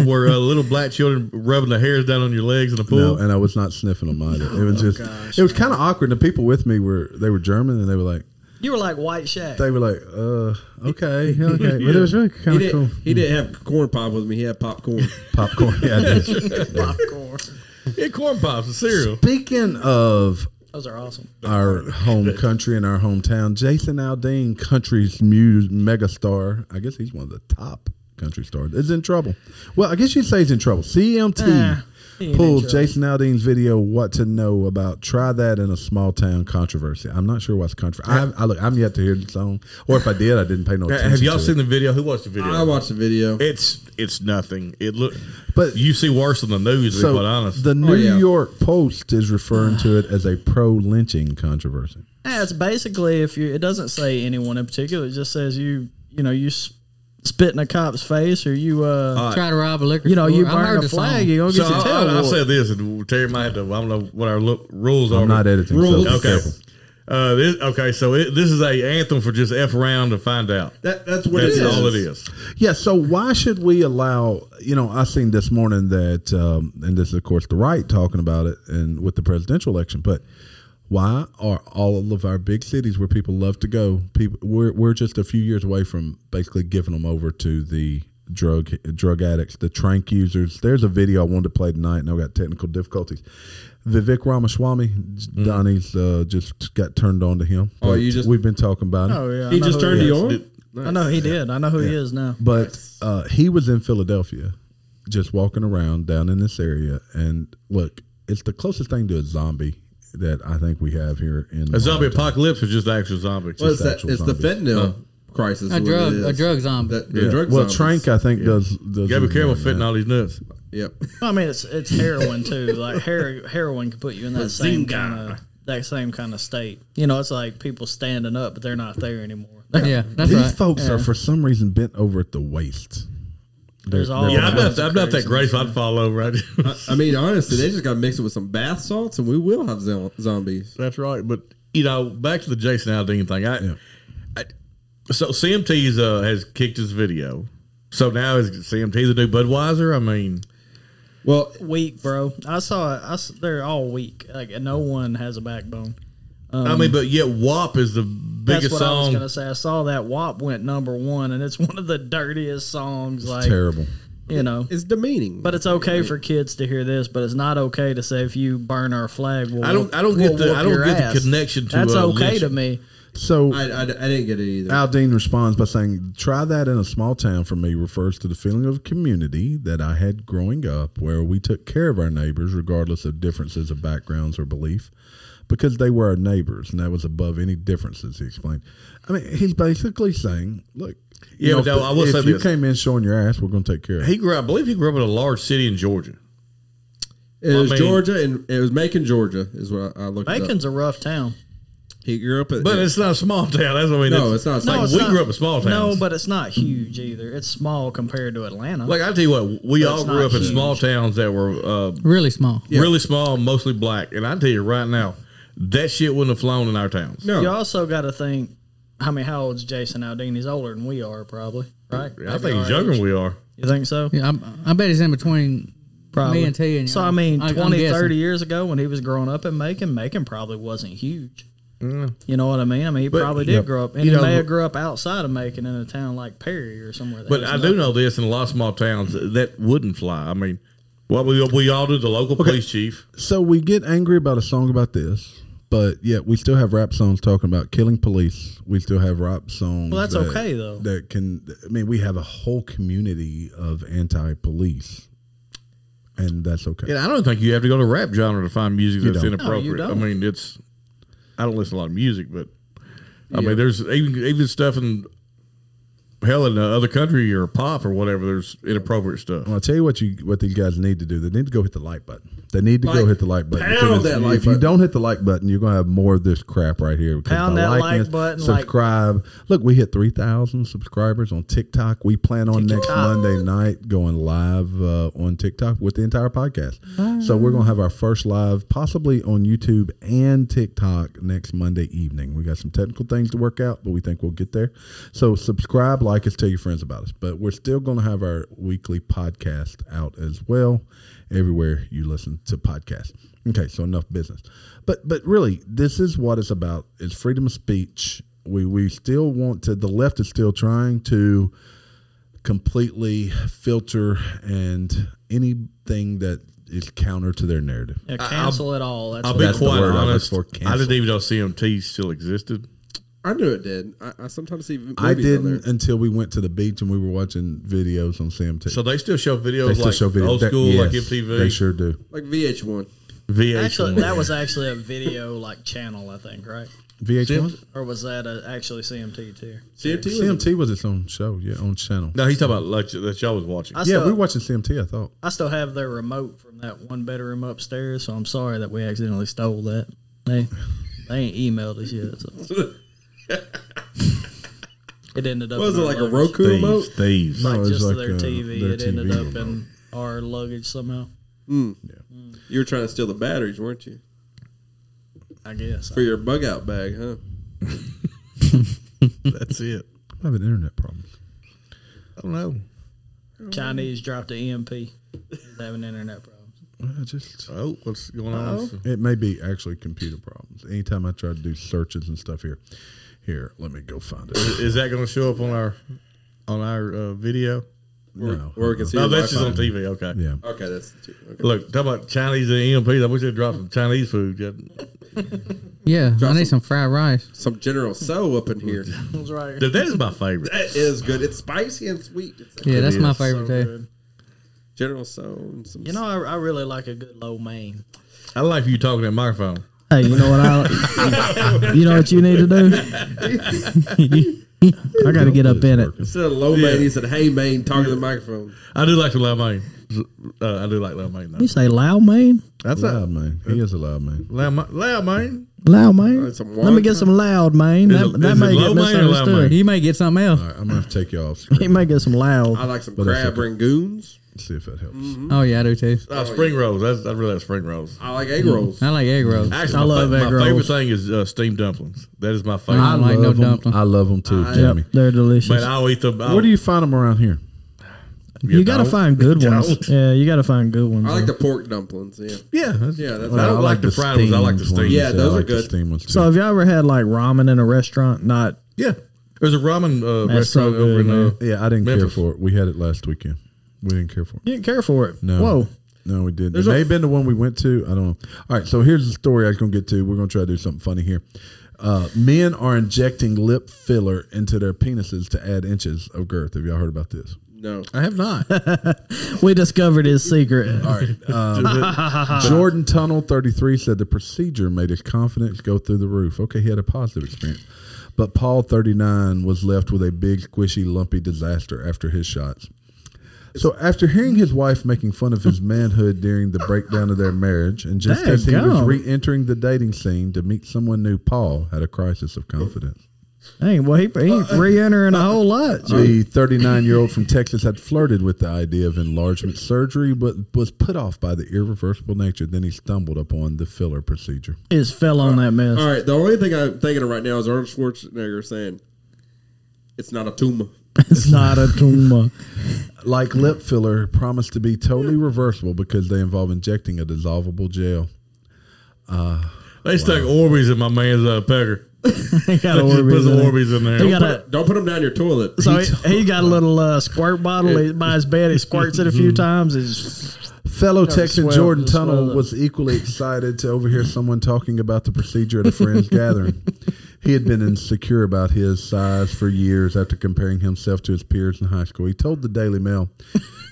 Speaker 2: uh, where uh, little black children rubbing their hairs down on your legs in the
Speaker 1: No,
Speaker 2: pool.
Speaker 1: and I was not sniffing them either. It was just, it was kind of awkward. The people with me were, they were German, and they were like,
Speaker 3: You were like White Shack.
Speaker 1: they were like, uh, okay, okay. But it was really
Speaker 4: He
Speaker 1: kind of cool.
Speaker 4: didn't, he didn't have corn pop with me. He had popcorn.
Speaker 1: Popcorn, yeah. I did.
Speaker 3: popcorn.
Speaker 2: Yeah, corn pops and cereal.
Speaker 1: Speaking of
Speaker 3: Those are awesome.
Speaker 1: our home country and our hometown, Jason Aldean, country's mu- megastar, I guess he's one of the top country stars, is in trouble. Well, I guess you'd say he's in trouble. CMT.
Speaker 3: Ah, he ain't in
Speaker 1: Pulls
Speaker 3: trouble.
Speaker 1: Jason Aldean's video "What to Know About Try That in a Small Town" controversy. I'm not sure what's controversial. I, I look, I'm yet to hear the song, or if I did, I didn't pay no attention.
Speaker 2: Have y'all
Speaker 1: to it.
Speaker 2: seen the video? Who watched the video?
Speaker 4: I watched the video.
Speaker 2: It's it's nothing. It look,
Speaker 1: But-
Speaker 2: but you see worse than the news. to be quite honest,
Speaker 1: the New
Speaker 4: yeah.
Speaker 1: York Post is referring to it as a pro lynching controversy.
Speaker 3: Yeah, it's basically if you. It doesn't say anyone in particular. It just says you. You know, you s- spit in a cop's face, or you. Uh,
Speaker 5: Try to rob a liquor
Speaker 3: you know, you
Speaker 5: store. I
Speaker 3: burn
Speaker 5: heard
Speaker 3: a
Speaker 5: the song.
Speaker 3: flag, you gonna
Speaker 2: so
Speaker 3: get your tail.
Speaker 2: I, I, will
Speaker 3: whooped.
Speaker 2: say this, and Terry might have to. I don't know what our look, rules are.
Speaker 1: I'm not
Speaker 2: but-
Speaker 1: editing.
Speaker 4: Rules.
Speaker 1: So be
Speaker 2: Okay.
Speaker 1: careful.
Speaker 2: Uh, this, okay, so it, this is a anthem for just f around to find out.
Speaker 4: That, that's what
Speaker 2: That's
Speaker 4: it is.
Speaker 2: all it is.
Speaker 1: Yeah. So why should we allow? You know, I seen this morning that, um, and this is of course the right talking about it, and with the presidential election, but. Why are all of our big cities where people love to go? People, we're, we're just a few years away from basically giving them over to the drug drug addicts, the trank users. There's a video I wanted to play tonight, and I got technical difficulties. Vivek Ramaswamy, Donnie's uh, just got turned on to him.
Speaker 4: Mm-hmm. Oh,
Speaker 1: But
Speaker 4: you just-
Speaker 1: we've been talking about it.
Speaker 3: Oh yeah, I
Speaker 4: He
Speaker 3: know
Speaker 4: just
Speaker 3: who
Speaker 4: turned
Speaker 3: he
Speaker 4: you
Speaker 3: is.
Speaker 4: on.
Speaker 3: I know he did. I know who he is now.
Speaker 1: But uh, he was in Philadelphia, just walking around down in this area. And look, it's the closest thing to a zombie that I think we have here in
Speaker 2: A zombie apocalypse or just actual zombies?
Speaker 4: Well, it's, that,
Speaker 1: actual
Speaker 4: it's the
Speaker 1: zombies.
Speaker 4: fentanyl crisis.
Speaker 5: A
Speaker 4: what
Speaker 5: drug,
Speaker 4: it is.
Speaker 5: a drug zombie.
Speaker 4: That, the
Speaker 1: Yeah.
Speaker 4: drug
Speaker 1: Well,
Speaker 4: zombies.
Speaker 1: Trank, I think does. does
Speaker 2: you gotta be careful
Speaker 1: that.
Speaker 2: fitting all these nuts.
Speaker 4: Yep.
Speaker 3: Well, I mean, it's it's heroin too. Like her, heroin can put you in that same
Speaker 4: Bazinga.
Speaker 3: kind of that same kind of state. You know, it's like people standing up, but they're not there anymore.
Speaker 5: Yeah, that's
Speaker 1: These
Speaker 5: right.
Speaker 1: folks are for some reason bent over at the waist.
Speaker 3: There's
Speaker 1: they're-
Speaker 3: all
Speaker 2: Yeah, I'm
Speaker 3: kinds
Speaker 2: not,
Speaker 3: of
Speaker 2: I'm not that
Speaker 3: crazy
Speaker 2: grateful.
Speaker 3: shit.
Speaker 2: I'd fall over. I just-
Speaker 4: I mean, honestly, they just got to mix it with some bath salts, and we will have zo- zombies.
Speaker 2: That's right. But you know, back to the Jason Aldean thing. I,
Speaker 1: Yeah.
Speaker 2: I so CMT's uh, has kicked his video. So now is CMT the new Budweiser? I mean,
Speaker 4: Well,
Speaker 3: Weak, bro. I saw. it. I s- they're all weak. Like no one has a backbone.
Speaker 2: I mean, but yet WAP is the biggest
Speaker 3: That's what I was
Speaker 2: song.
Speaker 3: gonna say. I saw that WAP went number one, and it's one of the dirtiest songs. Like
Speaker 1: Terrible.
Speaker 3: you know,
Speaker 4: it's demeaning.
Speaker 3: but it's okay for kids to hear this. But it's not okay to say if you burn our flag, we'll,
Speaker 2: I don't- I don't
Speaker 3: we'll
Speaker 2: get the-
Speaker 3: whoop
Speaker 2: I don't
Speaker 3: your
Speaker 2: get the
Speaker 3: ass.
Speaker 2: connection to,
Speaker 3: That's
Speaker 2: uh,
Speaker 3: okay to
Speaker 2: lynching.
Speaker 3: me.
Speaker 1: So
Speaker 4: I, I, I didn't get it either.
Speaker 1: Al Dean responds by saying, "Try that in a small town for me refers to the feeling of community that I had growing up, where we took care of our neighbors regardless of differences of backgrounds or belief, because they were our neighbors, and that was above any differences." He explained. I mean, he's basically saying, "Look, you
Speaker 2: Yeah,
Speaker 1: know,
Speaker 2: but
Speaker 1: if,
Speaker 2: no, I will
Speaker 1: if
Speaker 2: say
Speaker 1: you
Speaker 2: this.
Speaker 1: came in showing your ass, we're going to take care of it."
Speaker 2: He grew, I believe, he grew up in a large city in Georgia.
Speaker 4: It
Speaker 2: I
Speaker 4: was
Speaker 2: mean-
Speaker 4: Georgia, and it was Macon, Georgia, is what I, I looked. it up.
Speaker 3: Bacon's a rough town.
Speaker 4: He grew up at,
Speaker 2: But it's not a small town. That's what I mean.
Speaker 4: no, it's not. It's
Speaker 2: No,
Speaker 4: like,
Speaker 2: it's- we grew up in small
Speaker 3: No,
Speaker 2: towns.
Speaker 3: but it's not huge either. It's small compared to Atlanta.
Speaker 2: Like I tell you what, we
Speaker 3: But
Speaker 2: all
Speaker 3: it's
Speaker 2: grew
Speaker 3: not
Speaker 2: up in
Speaker 3: huge.
Speaker 2: small towns that were uh,
Speaker 5: Really small.
Speaker 2: really small, mostly black. And I tell you right now, that shit wouldn't have flown in our towns.
Speaker 4: no,
Speaker 3: you also got to think. I mean, how old's Jason Aldean? He's older than we are, probably, right?
Speaker 2: I
Speaker 3: Maybe
Speaker 2: think he's
Speaker 3: our
Speaker 2: younger
Speaker 3: age.
Speaker 2: than we are.
Speaker 3: You think so?
Speaker 5: Yeah, I, I bet he's in between
Speaker 3: Probably.
Speaker 5: me and T. And
Speaker 3: So,
Speaker 5: y'all.
Speaker 3: I mean,
Speaker 5: I'm
Speaker 3: twenty, thirty
Speaker 5: guessing.
Speaker 3: 30 years ago when he was growing up in Macon, Macon probably wasn't huge. You know what I mean? I mean, he probably did
Speaker 1: yeah,
Speaker 3: grow up, and
Speaker 2: Mm. you
Speaker 3: he
Speaker 2: know,
Speaker 3: may have grew up outside of Macon in a town like Perry or somewhere. That
Speaker 2: But
Speaker 3: has
Speaker 2: I do
Speaker 3: nothing.
Speaker 2: know this in a lot of small towns that wouldn't fly. I mean, well, we, we all do the local police chief.
Speaker 1: So we get angry about a song about this, but yet we still have rap songs talking about killing police. We still have rap songs.
Speaker 3: Well, that's
Speaker 1: that-
Speaker 3: okay, though.
Speaker 1: That can. I mean, we have a whole community of anti-police, and that's okay.
Speaker 2: And I don't think you have to go to rap genre to find music that's
Speaker 1: don't.
Speaker 2: inappropriate.
Speaker 3: No, you
Speaker 2: I
Speaker 3: don't.
Speaker 2: mean, it's I don't listen to a lot of music, but I mean, there's even even stuff in hell in the other country or pop or whatever. There's inappropriate stuff.
Speaker 1: Well, I'll tell you what you what these guys need to do. They need to go hit the like button. They need to go
Speaker 4: Like,
Speaker 1: hit the like button.
Speaker 4: pound
Speaker 1: because
Speaker 4: that
Speaker 1: if
Speaker 4: like
Speaker 1: you
Speaker 4: button.
Speaker 1: don't hit the like button, you're gonna have more of this crap right here. because
Speaker 3: Pound
Speaker 1: by
Speaker 3: that
Speaker 1: liking
Speaker 3: like
Speaker 1: us,
Speaker 3: button, like-
Speaker 1: Subscribe. Look, we hit three thousand subscribers on TikTok. We plan on next
Speaker 3: TikTok.
Speaker 1: Monday night going live uh, on TikTok with the entire podcast. So we're gonna have our first live, possibly on YouTube and TikTok next Monday evening. We got some technical things to work out, but we think we'll get there. So subscribe, like us, tell your friends about us. But we're still gonna have our weekly podcast out as well, everywhere you listen to podcasts. Okay, so enough business. But but really, this is what it's about. It's freedom of speech. We we still want to the left is still trying to completely filter and anything that is counter to their narrative.
Speaker 3: Yeah, cancel it all. That's
Speaker 2: I'll
Speaker 3: what
Speaker 2: be
Speaker 3: that's
Speaker 1: the
Speaker 2: quite
Speaker 1: word I look
Speaker 2: honest.
Speaker 1: for,
Speaker 2: I didn't even know CMT still existed.
Speaker 4: I knew it did. I, I sometimes see movies
Speaker 1: I
Speaker 4: on
Speaker 1: didn't
Speaker 4: there.
Speaker 1: until we went to the beach and we were watching videos on CMT.
Speaker 2: So they still show videos
Speaker 1: they still
Speaker 2: like
Speaker 1: show videos.
Speaker 2: old
Speaker 1: That-
Speaker 2: school, like
Speaker 1: yes,
Speaker 2: MTV,
Speaker 1: They sure do.
Speaker 4: like VH1.
Speaker 2: VH.
Speaker 3: Actually, that was actually a video like channel, I think, right?
Speaker 1: VH1?
Speaker 3: Or was that a, actually CMT too?
Speaker 4: CMT. was-
Speaker 1: CMT was its own show, yeah, on channel.
Speaker 2: no. He's talking about like that y'all was watching.
Speaker 3: I
Speaker 1: yeah,
Speaker 3: still,
Speaker 1: we were watching CMT, I thought.
Speaker 3: I still have their remote from that one bedroom upstairs, so I'm sorry that we accidentally stole that. They they ain't emailed us yet. So. it ended up.
Speaker 4: What was
Speaker 3: in
Speaker 4: it
Speaker 3: our
Speaker 4: like a
Speaker 3: luggage.
Speaker 4: Roku remote?
Speaker 2: thieves.
Speaker 3: Like
Speaker 1: No, it was
Speaker 3: just
Speaker 1: like,
Speaker 3: their
Speaker 1: uh,
Speaker 3: TV.
Speaker 1: their
Speaker 3: it ended
Speaker 1: TV
Speaker 3: up
Speaker 1: remote.
Speaker 3: in our luggage somehow.
Speaker 4: You were trying to steal the batteries, weren't you?
Speaker 3: I guess.
Speaker 4: For your bug out bag, huh?
Speaker 2: That's it.
Speaker 1: I have an internet problem.
Speaker 2: I don't know.
Speaker 3: Chinese dropped the EMP. He's having internet problems.
Speaker 1: I just
Speaker 2: Oh, what's going on?
Speaker 1: It may be actually computer problems. Anytime I try to do searches and stuff here, here, let me go find it.
Speaker 2: Is that going to show up on our on our uh, video?
Speaker 4: Where,
Speaker 1: No.
Speaker 4: where we can see.
Speaker 2: No,
Speaker 4: your
Speaker 2: that's just on
Speaker 4: Wi-Fi.
Speaker 2: TV. Okay.
Speaker 1: Yeah.
Speaker 4: Okay, that's the two. Okay.
Speaker 2: Look, talk about Chinese and EMPs. I wish they'd drop some Chinese food. Yeah.
Speaker 5: Yeah, I
Speaker 4: Drop
Speaker 5: need some fried rice.
Speaker 4: some General So up in here.
Speaker 3: That's right.
Speaker 2: Dude, that is my favorite.
Speaker 4: that is good. It's spicy and sweet. It's like
Speaker 5: Yeah, that's my
Speaker 2: is so
Speaker 5: favorite too.
Speaker 4: General So and some.
Speaker 3: You know, I, I really like a good low main.
Speaker 2: I like you talking that microphone.
Speaker 3: Hey, you know what I? you know what you need to do?
Speaker 6: I got to get up in it.
Speaker 4: Instead of low
Speaker 2: Yeah.
Speaker 4: main, he said, "Hey main, talk to the microphone."
Speaker 2: I do like the loud mane. Uh, I do like loud mane. Though.
Speaker 6: You say loud man,
Speaker 2: That's
Speaker 1: Loud
Speaker 2: loud,
Speaker 1: man. He is a loud man.
Speaker 2: loud, ma- loud mane.
Speaker 6: loud man.
Speaker 4: That's some
Speaker 6: Let me get some loud man.
Speaker 2: Is
Speaker 6: That,
Speaker 2: it-
Speaker 6: that
Speaker 2: is
Speaker 6: may
Speaker 2: it low
Speaker 6: get
Speaker 2: man or loud
Speaker 6: misunderstood.
Speaker 5: You may get something else.
Speaker 1: All right, I'm gonna have to take you off.
Speaker 6: He
Speaker 1: Screen.
Speaker 6: may get some
Speaker 4: I
Speaker 6: loud.
Speaker 4: like some
Speaker 1: But that's
Speaker 4: crab
Speaker 1: okay.
Speaker 4: rangoons.
Speaker 1: See if that helps.
Speaker 5: Oh yeah, I do too.
Speaker 2: Oh, spring rolls. That's, I really like spring rolls.
Speaker 4: I like egg rolls.
Speaker 5: I like egg rolls.
Speaker 2: Actually,
Speaker 6: I
Speaker 2: my,
Speaker 6: love
Speaker 2: fa-
Speaker 6: egg
Speaker 2: my
Speaker 6: rolls.
Speaker 2: favorite thing is uh, steamed dumplings. That is my favorite.
Speaker 5: I don't like no
Speaker 1: love 'em.
Speaker 5: dumpling.
Speaker 1: I love them too,
Speaker 4: I-
Speaker 6: Yep,
Speaker 1: Jimmy.
Speaker 6: they're delicious.
Speaker 2: Man, I'll eat them. I'll,
Speaker 1: Where do you find them around here?
Speaker 6: you got to
Speaker 2: don't.
Speaker 6: find good
Speaker 2: You
Speaker 6: ones.
Speaker 2: don't.
Speaker 6: Yeah, you got to find good ones.
Speaker 4: I like the pork dumplings. Yeah,
Speaker 2: Yeah, that's,
Speaker 4: Yeah, that's-
Speaker 2: I don't
Speaker 4: I
Speaker 2: like, the fried ones. I like the
Speaker 1: steamed
Speaker 2: steamed.
Speaker 1: ones.
Speaker 4: Yeah, those
Speaker 1: I
Speaker 4: are
Speaker 1: like The
Speaker 4: good.
Speaker 1: steamed ones too.
Speaker 6: so, have y'all ever had like ramen in a restaurant? Not
Speaker 2: yeah. There's a ramen uh,
Speaker 6: That's so
Speaker 2: restaurant over
Speaker 6: good,
Speaker 2: in. Uh,
Speaker 1: yeah, I didn't
Speaker 2: Memphis.
Speaker 1: care for it. We had it last weekend. We didn't care for it.
Speaker 6: you didn't care for it.
Speaker 1: No.
Speaker 6: Whoa.
Speaker 1: No, we didn't.
Speaker 4: There's
Speaker 1: it may
Speaker 4: a-
Speaker 1: have been the one we went to. I don't know. All right, so here's the story I was going to get to. We're going to try to do something funny here. Uh, men are injecting lip filler into their penises to add inches of girth. Have y'all heard about this?
Speaker 4: no.
Speaker 1: I have not.
Speaker 6: We discovered his secret.
Speaker 1: All right. Um, Jordan Tunnel 33 said the procedure made his confidence go through the roof. Okay, he had a positive experience. But Paul 39 was left with a big, squishy, lumpy disaster after his shots. So after hearing his wife making fun of his manhood during the breakdown of their marriage, and just
Speaker 6: There
Speaker 1: as he
Speaker 6: you
Speaker 1: was
Speaker 6: go.
Speaker 1: re-entering the dating scene to meet someone new, Paul had a crisis of confidence.
Speaker 6: Hey, well, he, he re-entering a whole lot.
Speaker 1: The 39 year old from Texas had flirted with the idea of enlargement surgery, but was put off by the irreversible nature. Then he stumbled upon the filler procedure.
Speaker 6: He just fell on that mess.
Speaker 4: All right. The only thing I'm thinking of right now is Arnold Schwarzenegger saying, "It's not a tumor."
Speaker 6: It's not a tumor.
Speaker 1: Like lip filler, promised to be totally reversible because they involve injecting a dissolvable gel.
Speaker 2: they stuck Orbeez in my man's uh, pecker.
Speaker 6: He got
Speaker 2: They just put
Speaker 6: Orbeez
Speaker 2: some
Speaker 6: in there.
Speaker 2: Orbeez in there.
Speaker 6: He got a,
Speaker 4: Don't put them down your toilet.
Speaker 6: so he, he got a little uh, squirt bottle he, by his bed. He squirts it a few times. It's
Speaker 1: Fellow Texan
Speaker 6: swell-
Speaker 1: Jordan
Speaker 6: just swell
Speaker 1: Tunnel
Speaker 6: up.
Speaker 1: was equally excited to overhear someone talking about the procedure at a friend's gathering. He had been insecure about his size for years after comparing himself to his peers in high school. He told the Daily Mail,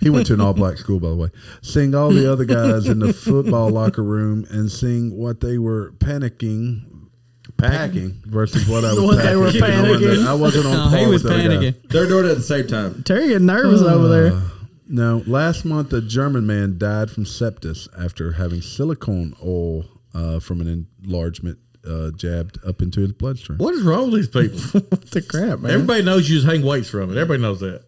Speaker 1: he went to an all black school, by the way, seeing all the other guys in the football locker room and seeing what they were panicking. Packing versus what I was
Speaker 6: What they
Speaker 1: packing.
Speaker 6: were
Speaker 1: I wasn't-
Speaker 6: panicking.
Speaker 1: I wasn't on
Speaker 5: No,
Speaker 1: par
Speaker 5: he was
Speaker 1: with the other guys.
Speaker 5: panicking.
Speaker 4: They're doing it at the same time.
Speaker 6: Terry getting nervous over there.
Speaker 1: No, last month a German man died from sepsis after having silicone oil uh, from an enlargement uh, jabbed up into his bloodstream.
Speaker 2: What is wrong with these people?
Speaker 6: What the crap, man?
Speaker 2: Everybody knows you just hang weights from it. Everybody knows that.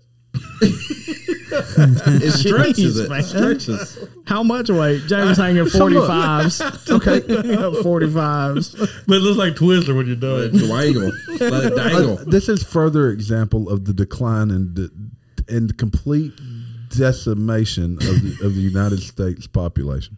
Speaker 4: It stretches
Speaker 6: Jeez,
Speaker 4: it.
Speaker 6: man.
Speaker 4: Stretches.
Speaker 6: How much weight? James hanging forty fives. okay, forty fives.
Speaker 2: But it looks like Twizzler when you do it.
Speaker 4: Dangle. Let it dangle.
Speaker 1: Uh, this is further example of the decline and the, and complete decimation of the, of the United States population.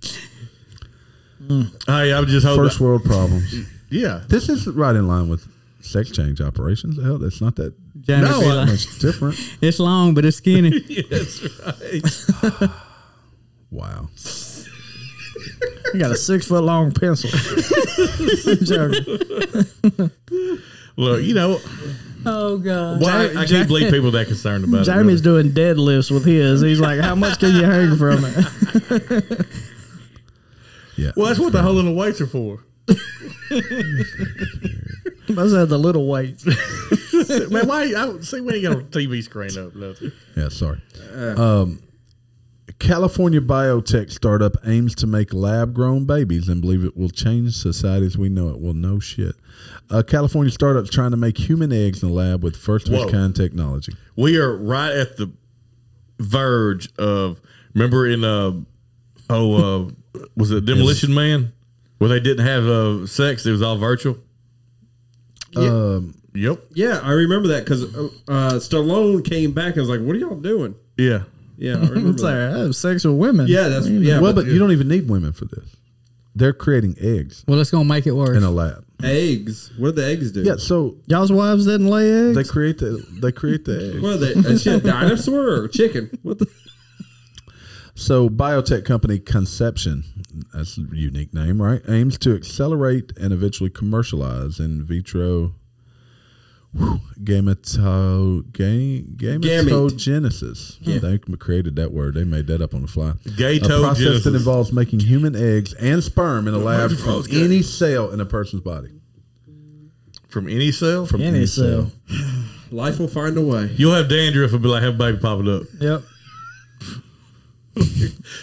Speaker 2: Hey, I'm just hoping.
Speaker 1: First world problems.
Speaker 2: yeah.
Speaker 1: This is right in line with sex change operations. Hell, that's not that
Speaker 5: Janet
Speaker 2: No,
Speaker 5: be
Speaker 2: I-
Speaker 5: like,
Speaker 1: much different.
Speaker 5: it's long, but it's skinny.
Speaker 2: Yes, right.
Speaker 1: Wow.
Speaker 6: You got a six foot long pencil. Joking.
Speaker 2: Look, you know,
Speaker 5: oh god.
Speaker 2: why, I can't believe people that concerned about it.
Speaker 6: Jamie's doing deadlifts with his. He's like, how much can you hang from it?
Speaker 1: Yeah.
Speaker 2: Well, that's what the hole in the weights are for.
Speaker 6: Must have the little weights.
Speaker 2: Man, why? I don't see when he got a TV screen up. Nothing.
Speaker 1: Yeah, sorry. Um, California biotech startup aims to make lab grown babies and believe it will change society as we know it. Well, no shit. A California startup's trying to make human eggs in the lab with first of its
Speaker 2: Whoa.
Speaker 1: kind technology.
Speaker 2: We are right at the verge of. Remember in uh oh uh was it Demolition Man where they didn't have uh sex? It was all virtual.
Speaker 1: Um,
Speaker 2: Yep.
Speaker 4: Yeah, I remember that because uh, uh, Stallone came back and was like, "What are y'all doing?"
Speaker 2: Yeah.
Speaker 4: Yeah, I remember
Speaker 6: It's like,
Speaker 4: that.
Speaker 6: I have sex with women.
Speaker 4: Yeah, that's yeah.
Speaker 1: well,
Speaker 4: but
Speaker 1: but you don't even need women for this. They're creating eggs
Speaker 5: Well, it's gonna make it worse.
Speaker 1: in a lab.
Speaker 4: eggs. What do the eggs do?
Speaker 1: Yeah, so
Speaker 6: Y'all's wives didn't lay eggs?
Speaker 1: they create the they create the eggs.
Speaker 4: What are they? Is she a dinosaur or a chicken? What the?
Speaker 1: So, biotech company Conception, that's a unique name, right? Aims to accelerate and eventually commercialize in vitro whew, gameto, ga- gametogenesis. They created that word. They made that up on the fly. A process that
Speaker 2: Gatogenesis.
Speaker 1: involves making human eggs and sperm in a lab from any cell in a person's body.
Speaker 2: From any cell.
Speaker 1: From
Speaker 6: Any cell.
Speaker 4: Life will find a way.
Speaker 2: You'll have dandruff and be like, have baby popping up.
Speaker 6: Yep.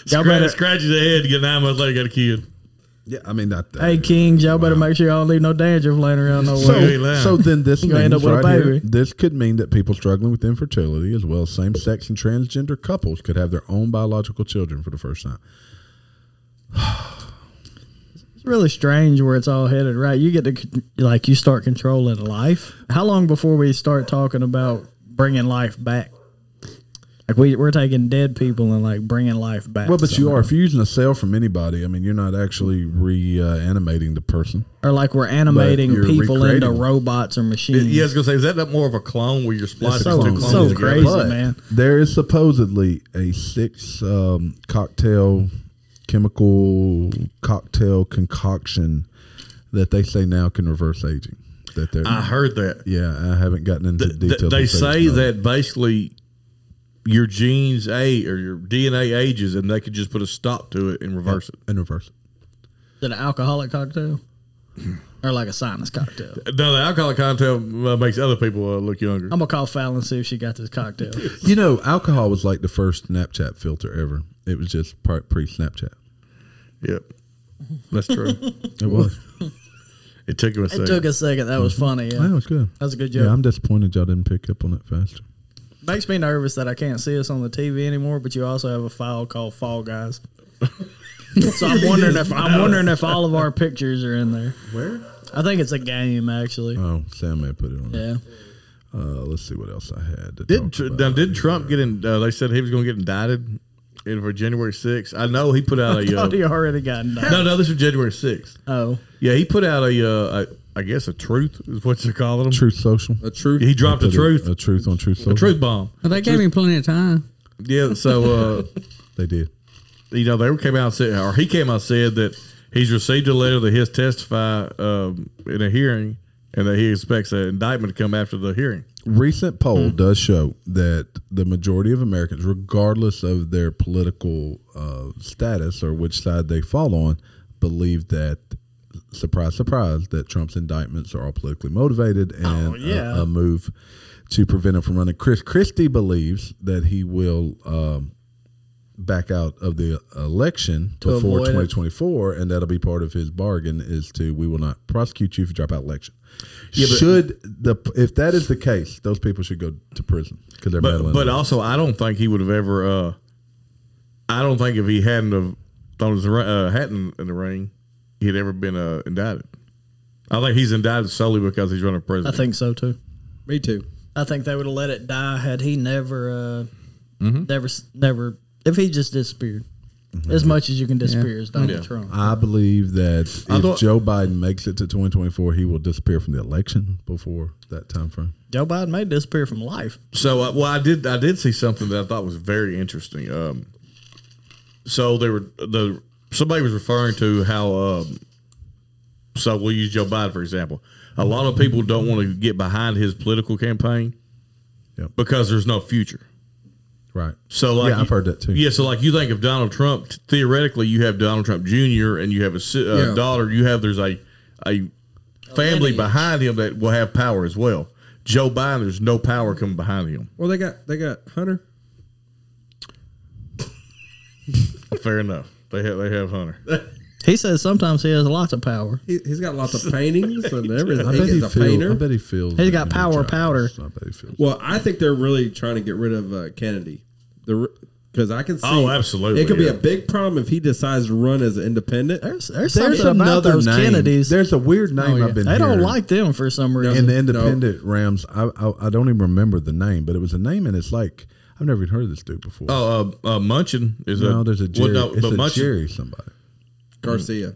Speaker 6: Y'all better-
Speaker 2: Scratch, scratch your head, get nine months later, got a kid.
Speaker 1: Yeah, I mean, not that.
Speaker 6: Hey, Kings, y'all better make sure y'all don't leave no dandruff laying around nowhere.
Speaker 2: You
Speaker 1: So,
Speaker 2: ain't lying.
Speaker 1: so then this
Speaker 6: You gonna end
Speaker 1: means
Speaker 6: up with a
Speaker 1: right here,
Speaker 6: baby.
Speaker 1: this could mean that people struggling with infertility as well as same-sex and transgender couples could have their own biological children for the first time.
Speaker 6: It's really strange where it's all headed, right? You get to con- like you start controlling life. How long before we start talking about bringing life back? Like we we're taking dead people and like bringing life back.
Speaker 1: Well, but you
Speaker 6: somehow.
Speaker 1: are if you're using a cell from anybody. I mean, you're not actually reanimating the person.
Speaker 6: or like we're animating
Speaker 1: you're
Speaker 6: people into
Speaker 1: recreating.
Speaker 6: robots or machines.
Speaker 3: Mm.
Speaker 2: Yeah, I was gonna say, is that not more of a clone where you're splicing
Speaker 6: so-
Speaker 2: two clones
Speaker 6: so
Speaker 2: together?
Speaker 6: crazy.
Speaker 1: But
Speaker 6: man.
Speaker 1: There is supposedly a six um, cocktail chemical cocktail concoction that they say now can reverse aging. That they're
Speaker 2: I heard that.
Speaker 1: yeah, I haven't gotten into
Speaker 2: Th- th-
Speaker 1: details.
Speaker 2: they
Speaker 1: of things,
Speaker 2: say
Speaker 1: no.
Speaker 2: that basically your genes a or your DNA ages, and they could just put a stop to it and reverse it.
Speaker 1: in reverse.
Speaker 3: Is it an alcoholic cocktail?
Speaker 1: Hmm.
Speaker 3: Or like a sinus cocktail?
Speaker 2: No, the alcoholic content uh, makes other people uh, look younger.
Speaker 3: I'm gonna call Fallon and see if she got this cocktail.
Speaker 1: You know, alcohol was like the first Snapchat filter ever. It was just part pre Snapchat.
Speaker 2: yep, that's true.
Speaker 1: It was.
Speaker 2: it took him a
Speaker 3: It
Speaker 2: second.
Speaker 3: took a second. That was funny. Yeah.
Speaker 1: That was good.
Speaker 3: That was a good joke.
Speaker 1: Yeah, I'm disappointed y'all didn't pick up on it faster.
Speaker 3: Makes me nervous that I can't see us on the TV anymore. But you also have a file called Fall Guys. so I'm wondering if I'm wondering if all of our pictures are in there.
Speaker 4: Where?
Speaker 3: I think it's a game actually.
Speaker 1: Oh, Sam may have put it on. there.
Speaker 3: Yeah.
Speaker 1: Uh, let's see what else I had. To
Speaker 2: did
Speaker 1: talk
Speaker 2: tr-
Speaker 1: about.
Speaker 2: now, did Trump get in? Uh, they said he was going to get indicted in for January 6th. I know he put out a.
Speaker 3: Oh,
Speaker 2: Uh,
Speaker 3: you already got that.
Speaker 2: no, no, this was January 6th.
Speaker 3: Oh,
Speaker 2: Yeah, he put out a. Uh, a I guess a truth is what you're calling him.
Speaker 1: Truth Social?
Speaker 4: A true.
Speaker 2: He dropped a
Speaker 1: Put
Speaker 2: truth,
Speaker 1: A, truth on Truth Social.
Speaker 2: a truth bomb.
Speaker 5: Well, they gave me plenty of time.
Speaker 2: Yeah, so uh,
Speaker 1: They did.
Speaker 2: you know, they were came out and said, or he came out and said that he's received a letter that he'll testify um, in a hearing, and that he expects an indictment to come after the hearing.
Speaker 1: Recent poll does show that the majority of Americans, regardless of their political uh, status or which side they fall on, believe that surprise, surprise, that Trump's indictments are all politically motivated and a,
Speaker 3: yeah.
Speaker 1: a move to prevent him from running. Chris Christie believes that he will um, back out of the election before
Speaker 3: avoid it.
Speaker 1: 2024, and that'll be part of his bargain is to we will not prosecute you if you drop out election. should the if that is the case, those people should go to prison because they're
Speaker 2: But
Speaker 1: meddling.
Speaker 2: but also, I don't think he would have ever. Uh, I don't think if he hadn't have thrown his ri- uh, hat in, in the ring, he'd ever been uh, indicted. I think he's indicted solely because he's running for
Speaker 3: I
Speaker 2: president.
Speaker 3: think so too.
Speaker 4: Me too.
Speaker 3: I think they would have let it die had he never, uh, never, never. If he just disappeared, as much as you can disappear as Donald
Speaker 2: Yeah.
Speaker 3: Trump.
Speaker 1: I believe that
Speaker 2: I
Speaker 1: if
Speaker 2: thought-
Speaker 1: Joe Biden makes it to 2024, he will disappear from the election before that time frame.
Speaker 3: Joe Biden may disappear from life.
Speaker 2: So, uh, well, I did. I did see something that I thought was very interesting. Um, so they were the somebody was referring to how. Um, so we'll use Joe Biden for example. A lot of people don't want to get behind his political campaign
Speaker 1: Yep.
Speaker 2: because there's no future.
Speaker 1: Right.
Speaker 2: So, like,
Speaker 1: Yeah, I've heard that too.
Speaker 2: Yeah, so like you think of Donald Trump, t- theoretically, you have Donald Trump Jr. and you have a si- uh,
Speaker 4: Yeah.
Speaker 2: daughter. You have there's a a family
Speaker 3: lineage.
Speaker 2: behind him that will have power as well. Joe Biden, there's no power coming behind him.
Speaker 4: Well, they got they got Hunter.
Speaker 2: Fair enough. They have, they have Hunter.
Speaker 3: He says sometimes he has lots of power.
Speaker 4: He, he's got lots of paintings and everything.
Speaker 1: I
Speaker 4: He's
Speaker 1: bet he
Speaker 4: a
Speaker 1: feels. I
Speaker 4: painter.
Speaker 1: bet he feels.
Speaker 3: He's
Speaker 1: that
Speaker 3: got
Speaker 1: in
Speaker 3: power,
Speaker 1: his job.
Speaker 3: powder.
Speaker 1: I bet he feels.
Speaker 4: Well, I think they're really trying to get rid of uh, Kennedy. The because I can see.
Speaker 2: Oh, absolutely,
Speaker 4: It could be
Speaker 2: yeah.
Speaker 4: a big problem if he decides to run as an independent.
Speaker 3: There's there's, something about those
Speaker 1: name.
Speaker 3: Kennedys.
Speaker 1: There's a weird name I've been.
Speaker 3: Oh, They don't
Speaker 1: hearing.
Speaker 3: like them for some reason.
Speaker 1: in the independent Rams. I, I I don't even remember the name, but it was a name, and it's like I've never even heard of this dude before.
Speaker 2: Oh, uh, uh, Munchin is a.
Speaker 1: no, there's a Jerry.
Speaker 2: Well, no,
Speaker 1: it's
Speaker 2: but
Speaker 1: a
Speaker 2: Munchin
Speaker 1: Jerry somebody.
Speaker 4: Garcia.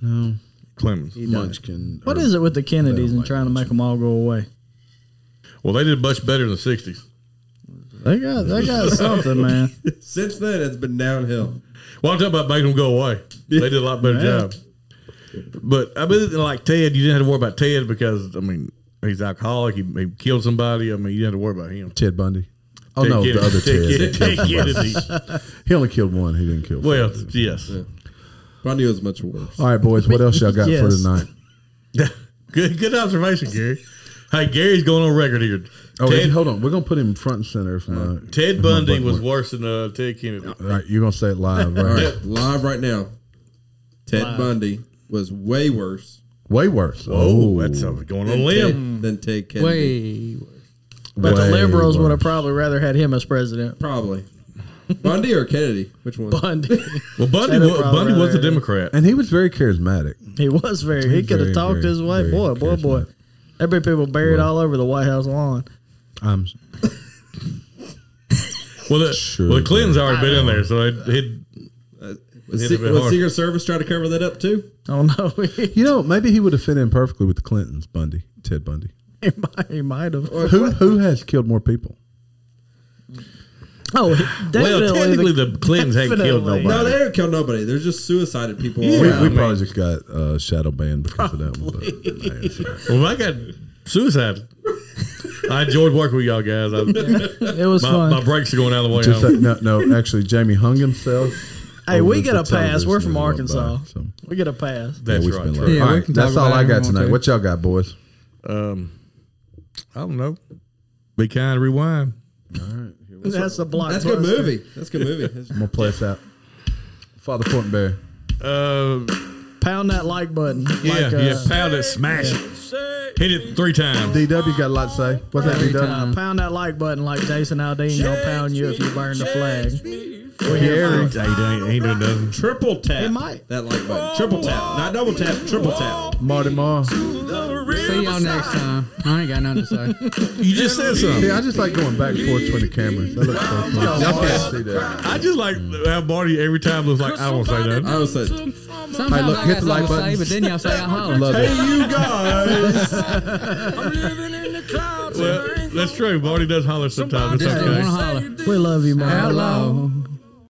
Speaker 2: Clemens.
Speaker 1: Munchkin.
Speaker 3: what
Speaker 1: or-
Speaker 3: is it with the
Speaker 1: They
Speaker 3: Kennedys
Speaker 1: don't
Speaker 3: and
Speaker 1: like
Speaker 3: trying to make them all go away?
Speaker 2: Well, they did much better in the '60s.
Speaker 3: They got they got something, man.
Speaker 4: Since then, it's been downhill.
Speaker 2: Well, I'm talking about making them go away. They did a lot better job. But I mean, like Ted, you didn't have to worry about Ted because I mean, he's alcoholic. He, he killed somebody. I mean, you didn't have to worry about him.
Speaker 1: Ted Bundy? Oh
Speaker 2: Ted
Speaker 1: no, the
Speaker 2: Kennedy-
Speaker 1: other Ted.
Speaker 2: Ted, Ted Kennedy.
Speaker 1: He only killed one. He didn't kill. four.
Speaker 2: Well, yes.
Speaker 4: Bundy was
Speaker 1: Oh.
Speaker 4: much worse.
Speaker 1: all right, boys. What else y'all got for
Speaker 3: Yes.
Speaker 1: tonight?
Speaker 2: good good observation, Gary. Hey, Gary's going on record here.
Speaker 1: Oh,
Speaker 2: Ted,
Speaker 1: hold on. We're gonna put him front and center. If my, if
Speaker 2: Ted
Speaker 1: my
Speaker 2: Bundy
Speaker 1: button
Speaker 2: was
Speaker 1: works.
Speaker 2: worse than uh, Ted Kennedy.
Speaker 1: All right, you're gonna say it live, right?
Speaker 4: All right, live right now. Ted Bundy was way worse
Speaker 1: Way worse.
Speaker 2: Oh, that's uh, going on a
Speaker 4: than
Speaker 2: limb.
Speaker 4: Ted, than Ted Kennedy.
Speaker 5: Way.
Speaker 3: But the
Speaker 1: Way
Speaker 3: liberals would have
Speaker 1: worse.
Speaker 3: probably rather had him as president.
Speaker 4: Probably. Bundy or Kennedy? Which one?
Speaker 3: Bundy.
Speaker 2: Well, Bundy,
Speaker 3: That'd
Speaker 2: wa-
Speaker 3: probably
Speaker 2: Bundy was a
Speaker 3: rather-
Speaker 2: Democrat.
Speaker 1: And he was very charismatic.
Speaker 3: he was very. He
Speaker 1: He's
Speaker 3: could
Speaker 1: very,
Speaker 3: have talked
Speaker 1: very,
Speaker 3: his way.
Speaker 1: very
Speaker 3: Boy, boy, boy.
Speaker 1: charismatic.
Speaker 3: There'd be people buried
Speaker 1: Well.
Speaker 3: all over the White House lawn.
Speaker 1: I'm
Speaker 2: Well, the,
Speaker 1: Sure.
Speaker 2: well, the Clinton's already been in there, so it, it,
Speaker 4: Was,
Speaker 2: Hit
Speaker 4: Se-
Speaker 2: it a bit
Speaker 4: was
Speaker 2: hard.
Speaker 4: Secret Service trying to cover that up too?
Speaker 3: Oh no, he,
Speaker 1: You know, maybe he would have fit in perfectly with the Clintons, Bundy, Ted Bundy.
Speaker 3: he might, he might have.
Speaker 1: Who who has killed more people?
Speaker 3: Oh, he- definitely.
Speaker 2: well, technically the, Clintons hadn't killed
Speaker 3: definitely.
Speaker 2: nobody.
Speaker 4: No, they don't kill nobody. They're just suicided people. all
Speaker 1: we
Speaker 4: around.
Speaker 1: we probably just got uh, shadow banned because of that one. But, man, so-
Speaker 2: Well, I got suicide. I enjoyed working with y'all guys. I,
Speaker 3: it was
Speaker 2: my,
Speaker 3: fun.
Speaker 2: my brakes are going out of the way.
Speaker 1: just
Speaker 2: home.
Speaker 1: say- no, no, actually, Jamie hung himself.
Speaker 3: hey,
Speaker 1: over
Speaker 3: we
Speaker 1: the
Speaker 3: get a pass.
Speaker 1: television
Speaker 3: We're from
Speaker 1: and walked
Speaker 3: Arkansas.
Speaker 1: by, so, yeah,
Speaker 3: We get a pass.
Speaker 2: That's
Speaker 1: we
Speaker 2: right.
Speaker 1: spent
Speaker 2: true.
Speaker 1: like-
Speaker 5: Yeah,
Speaker 1: all
Speaker 5: we
Speaker 1: right,
Speaker 5: can
Speaker 1: that's
Speaker 5: talk
Speaker 1: all
Speaker 5: about
Speaker 1: I
Speaker 5: it if
Speaker 1: got
Speaker 5: we want
Speaker 1: tonight.
Speaker 5: to.
Speaker 1: What y'all got, boys?
Speaker 2: Um, I don't know. Be kind, rewind.
Speaker 3: That's a block.
Speaker 4: That's a good movie. That's a good movie. That's-
Speaker 1: I'm gonna play us out. Father Fortenberry.
Speaker 2: Uh,
Speaker 3: Pound that like button.
Speaker 2: yeah,
Speaker 3: like, uh,
Speaker 2: yeah. Pound it, smash it, hit it three times.
Speaker 1: DW got a lot to say. What's that,
Speaker 5: Every
Speaker 1: DW?
Speaker 5: time.
Speaker 3: uh, pound that like button like Jason Aldean gonna pound you if you burn the flag.
Speaker 1: Gary.
Speaker 2: Ain't, ain't doing nothing.
Speaker 4: triple tap.
Speaker 3: It might.
Speaker 4: That like button. Triple tap. Not double tap. Triple tap.
Speaker 1: Marty Marr.
Speaker 5: See y'all next time. I ain't got nothing to say.
Speaker 2: You just said something.
Speaker 1: See, I just like going back and forth between the cameras. That looks so fun. Y'all can't see that.
Speaker 2: I just like how Marty every time looks like I don't say nothing.
Speaker 4: I was like,
Speaker 5: Sometimes
Speaker 1: Hey, look,
Speaker 5: I
Speaker 1: hit
Speaker 5: got
Speaker 1: the
Speaker 5: something
Speaker 1: like
Speaker 5: to
Speaker 1: button.
Speaker 5: say, but then y'all say I holler.
Speaker 1: Love it.
Speaker 4: you guys.
Speaker 2: Well, that's true. Marty does holler sometimes. It's
Speaker 5: Just didn't want to
Speaker 2: okay.
Speaker 5: holler.
Speaker 3: We love you, man.
Speaker 5: Hello.